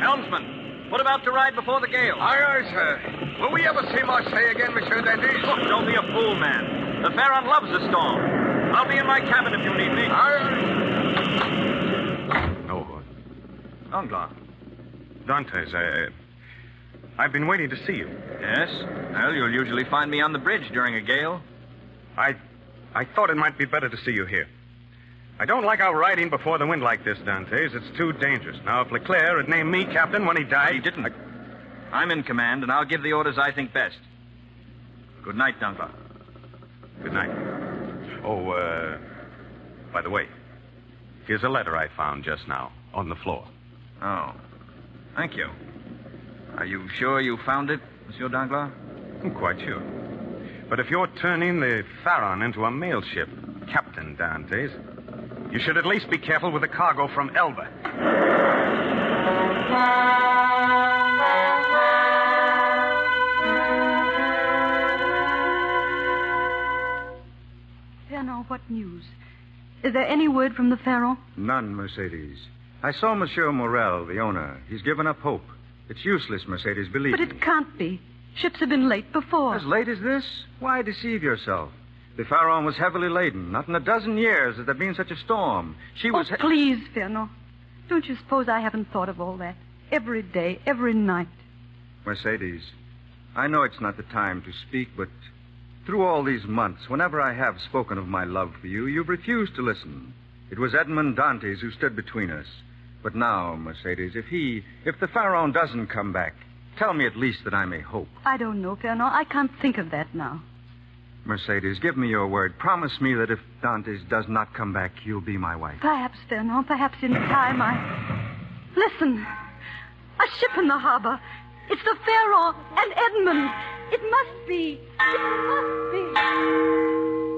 Helmsman, what about to ride before the gale? Aye, aye, sir. Will we ever see Marseille again, Monsieur Dandy? Look, Oh, don't be a fool, man. The Pharaoh loves a storm. I'll be in my cabin if you need me. Aye, No, uh, Danglars. Dantes, I, I, I've been waiting to see you. Yes? Well, you'll usually find me on the bridge during a gale. I, I thought it might be better to see you here. I don't like our riding before the wind like this, Dantes. It's too dangerous. Now, if Leclerc had named me captain when he died, He didn't. I- I'm in command, and I'll give the orders I think best. Good night, Danglars. Good night. Oh, uh, by the way, here's a letter I found just now on the floor. Oh. Thank you. Are you sure you found it, Monsieur Danglars? I'm quite sure. But if you're turning the Faron into a mail ship, Captain Dantes, you should at least be careful with the cargo from Elba. Fernand, what news? Is there any word from the Pharaoh? None, Mercedes. I saw Monsieur Morel, the owner. He's given up hope. It's useless, Mercedes, believe But me. it can't be. Ships have been late before. As late as this? Why deceive yourself? The Pharaon was heavily laden. Not in a dozen years has there been such a storm. She oh, was. he- please, Fernand. Don't you suppose I haven't thought of all that? Every day, every night. Mercedes, I know it's not the time to speak, but through all these months, whenever I have spoken of my love for you, you've refused to listen. It was Edmond Dantes who stood between us. But now, Mercedes, if he, if the Pharaon doesn't come back, tell me at least that I may hope. I don't know, Fernand. I can't think of that now. Mercedes, give me your word. Promise me that if Dantes does not come back, you'll be my wife. Perhaps, Fernand, perhaps in time I. Listen! A ship in the harbor. It's the Pharaoh and Edmund. It must be. It must be.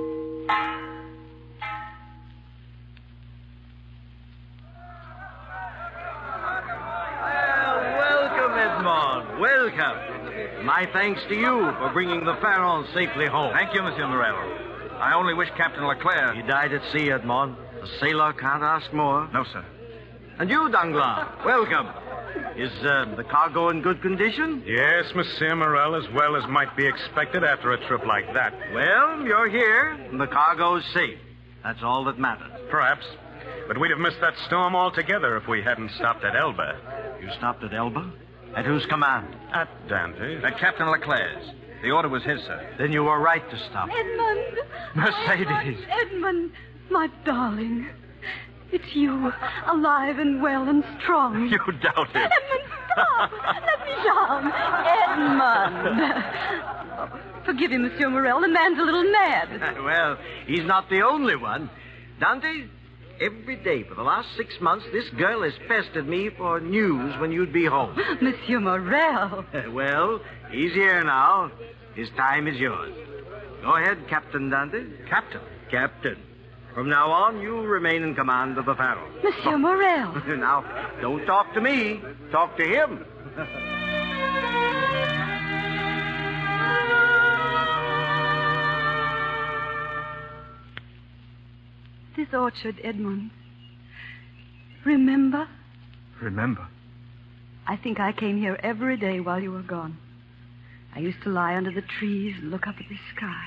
welcome, Edmond. Welcome. My thanks to you for bringing the Pharaoh safely home. Thank you, Monsieur Morel. I only wish Captain Leclerc. He died at sea, Edmond. A sailor can't ask more. No, sir. And you, Danglars, welcome. Is uh, the cargo in good condition? Yes, Monsieur Morel, as well as might be expected after a trip like that. Well, you're here, and the cargo's safe. That's all that matters. Perhaps. But we'd have missed that storm altogether if we hadn't stopped at Elba. You stopped at Elba? At whose command? At Dantes. At Captain Leclerc's. The order was his, sir. Then you were right to stop. Edmund. Mercedes. Edmund, my darling. It's you, alive and well and strong. You doubt it. Edmund, stop. Let me down. Edmund. Forgive him, Monsieur Morel. The man's a little mad. Uh, well, he's not the only one. Dante, every day for the last six months, this girl has pestered me for news when you'd be home. Uh, Monsieur Morel. well, he's here now. His time is yours. Go ahead, Captain Dante. Captain? Captain. From now on, you remain in command of the Pharaoh. Monsieur Morel. now, don't talk to me. Talk to him. This orchard, Edmund. Remember? Remember, I think I came here every day while you were gone. I used to lie under the trees and look up at the sky,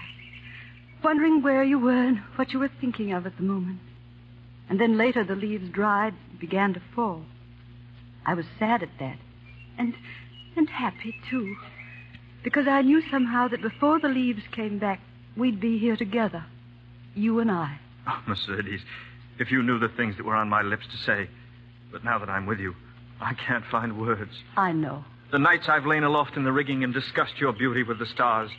wondering where you were and what you were thinking of at the moment. And then later the leaves dried and began to fall. I was sad at that, and and happy too, because I knew somehow that before the leaves came back, we'd be here together, you and I. oh, Mercedes, if you knew the things that were on my lips to say. But now that I'm with you, I can't find words. I know. The nights I've lain aloft in the rigging and discussed your beauty with the stars,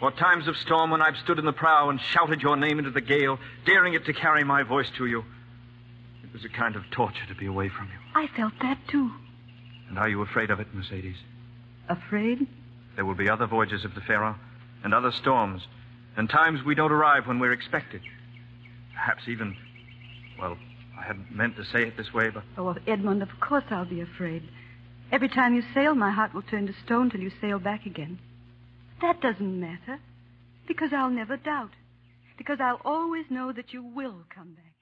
or times of storm when I've stood in the prow and shouted your name into the gale, daring it to carry my voice to you. It was a kind of torture to be away from you. I felt that too. And are you afraid of it, Mercedes? Afraid? There will be other voyages of the Pharaoh, and other storms, and times we don't arrive when we're expected. Perhaps even, well, I hadn't meant to say it this way, but Oh, well, Edmund, of course I'll be afraid. Every time you sail, my heart will turn to stone till you sail back again. That doesn't matter, because I'll never doubt, because I'll always know that you will come back.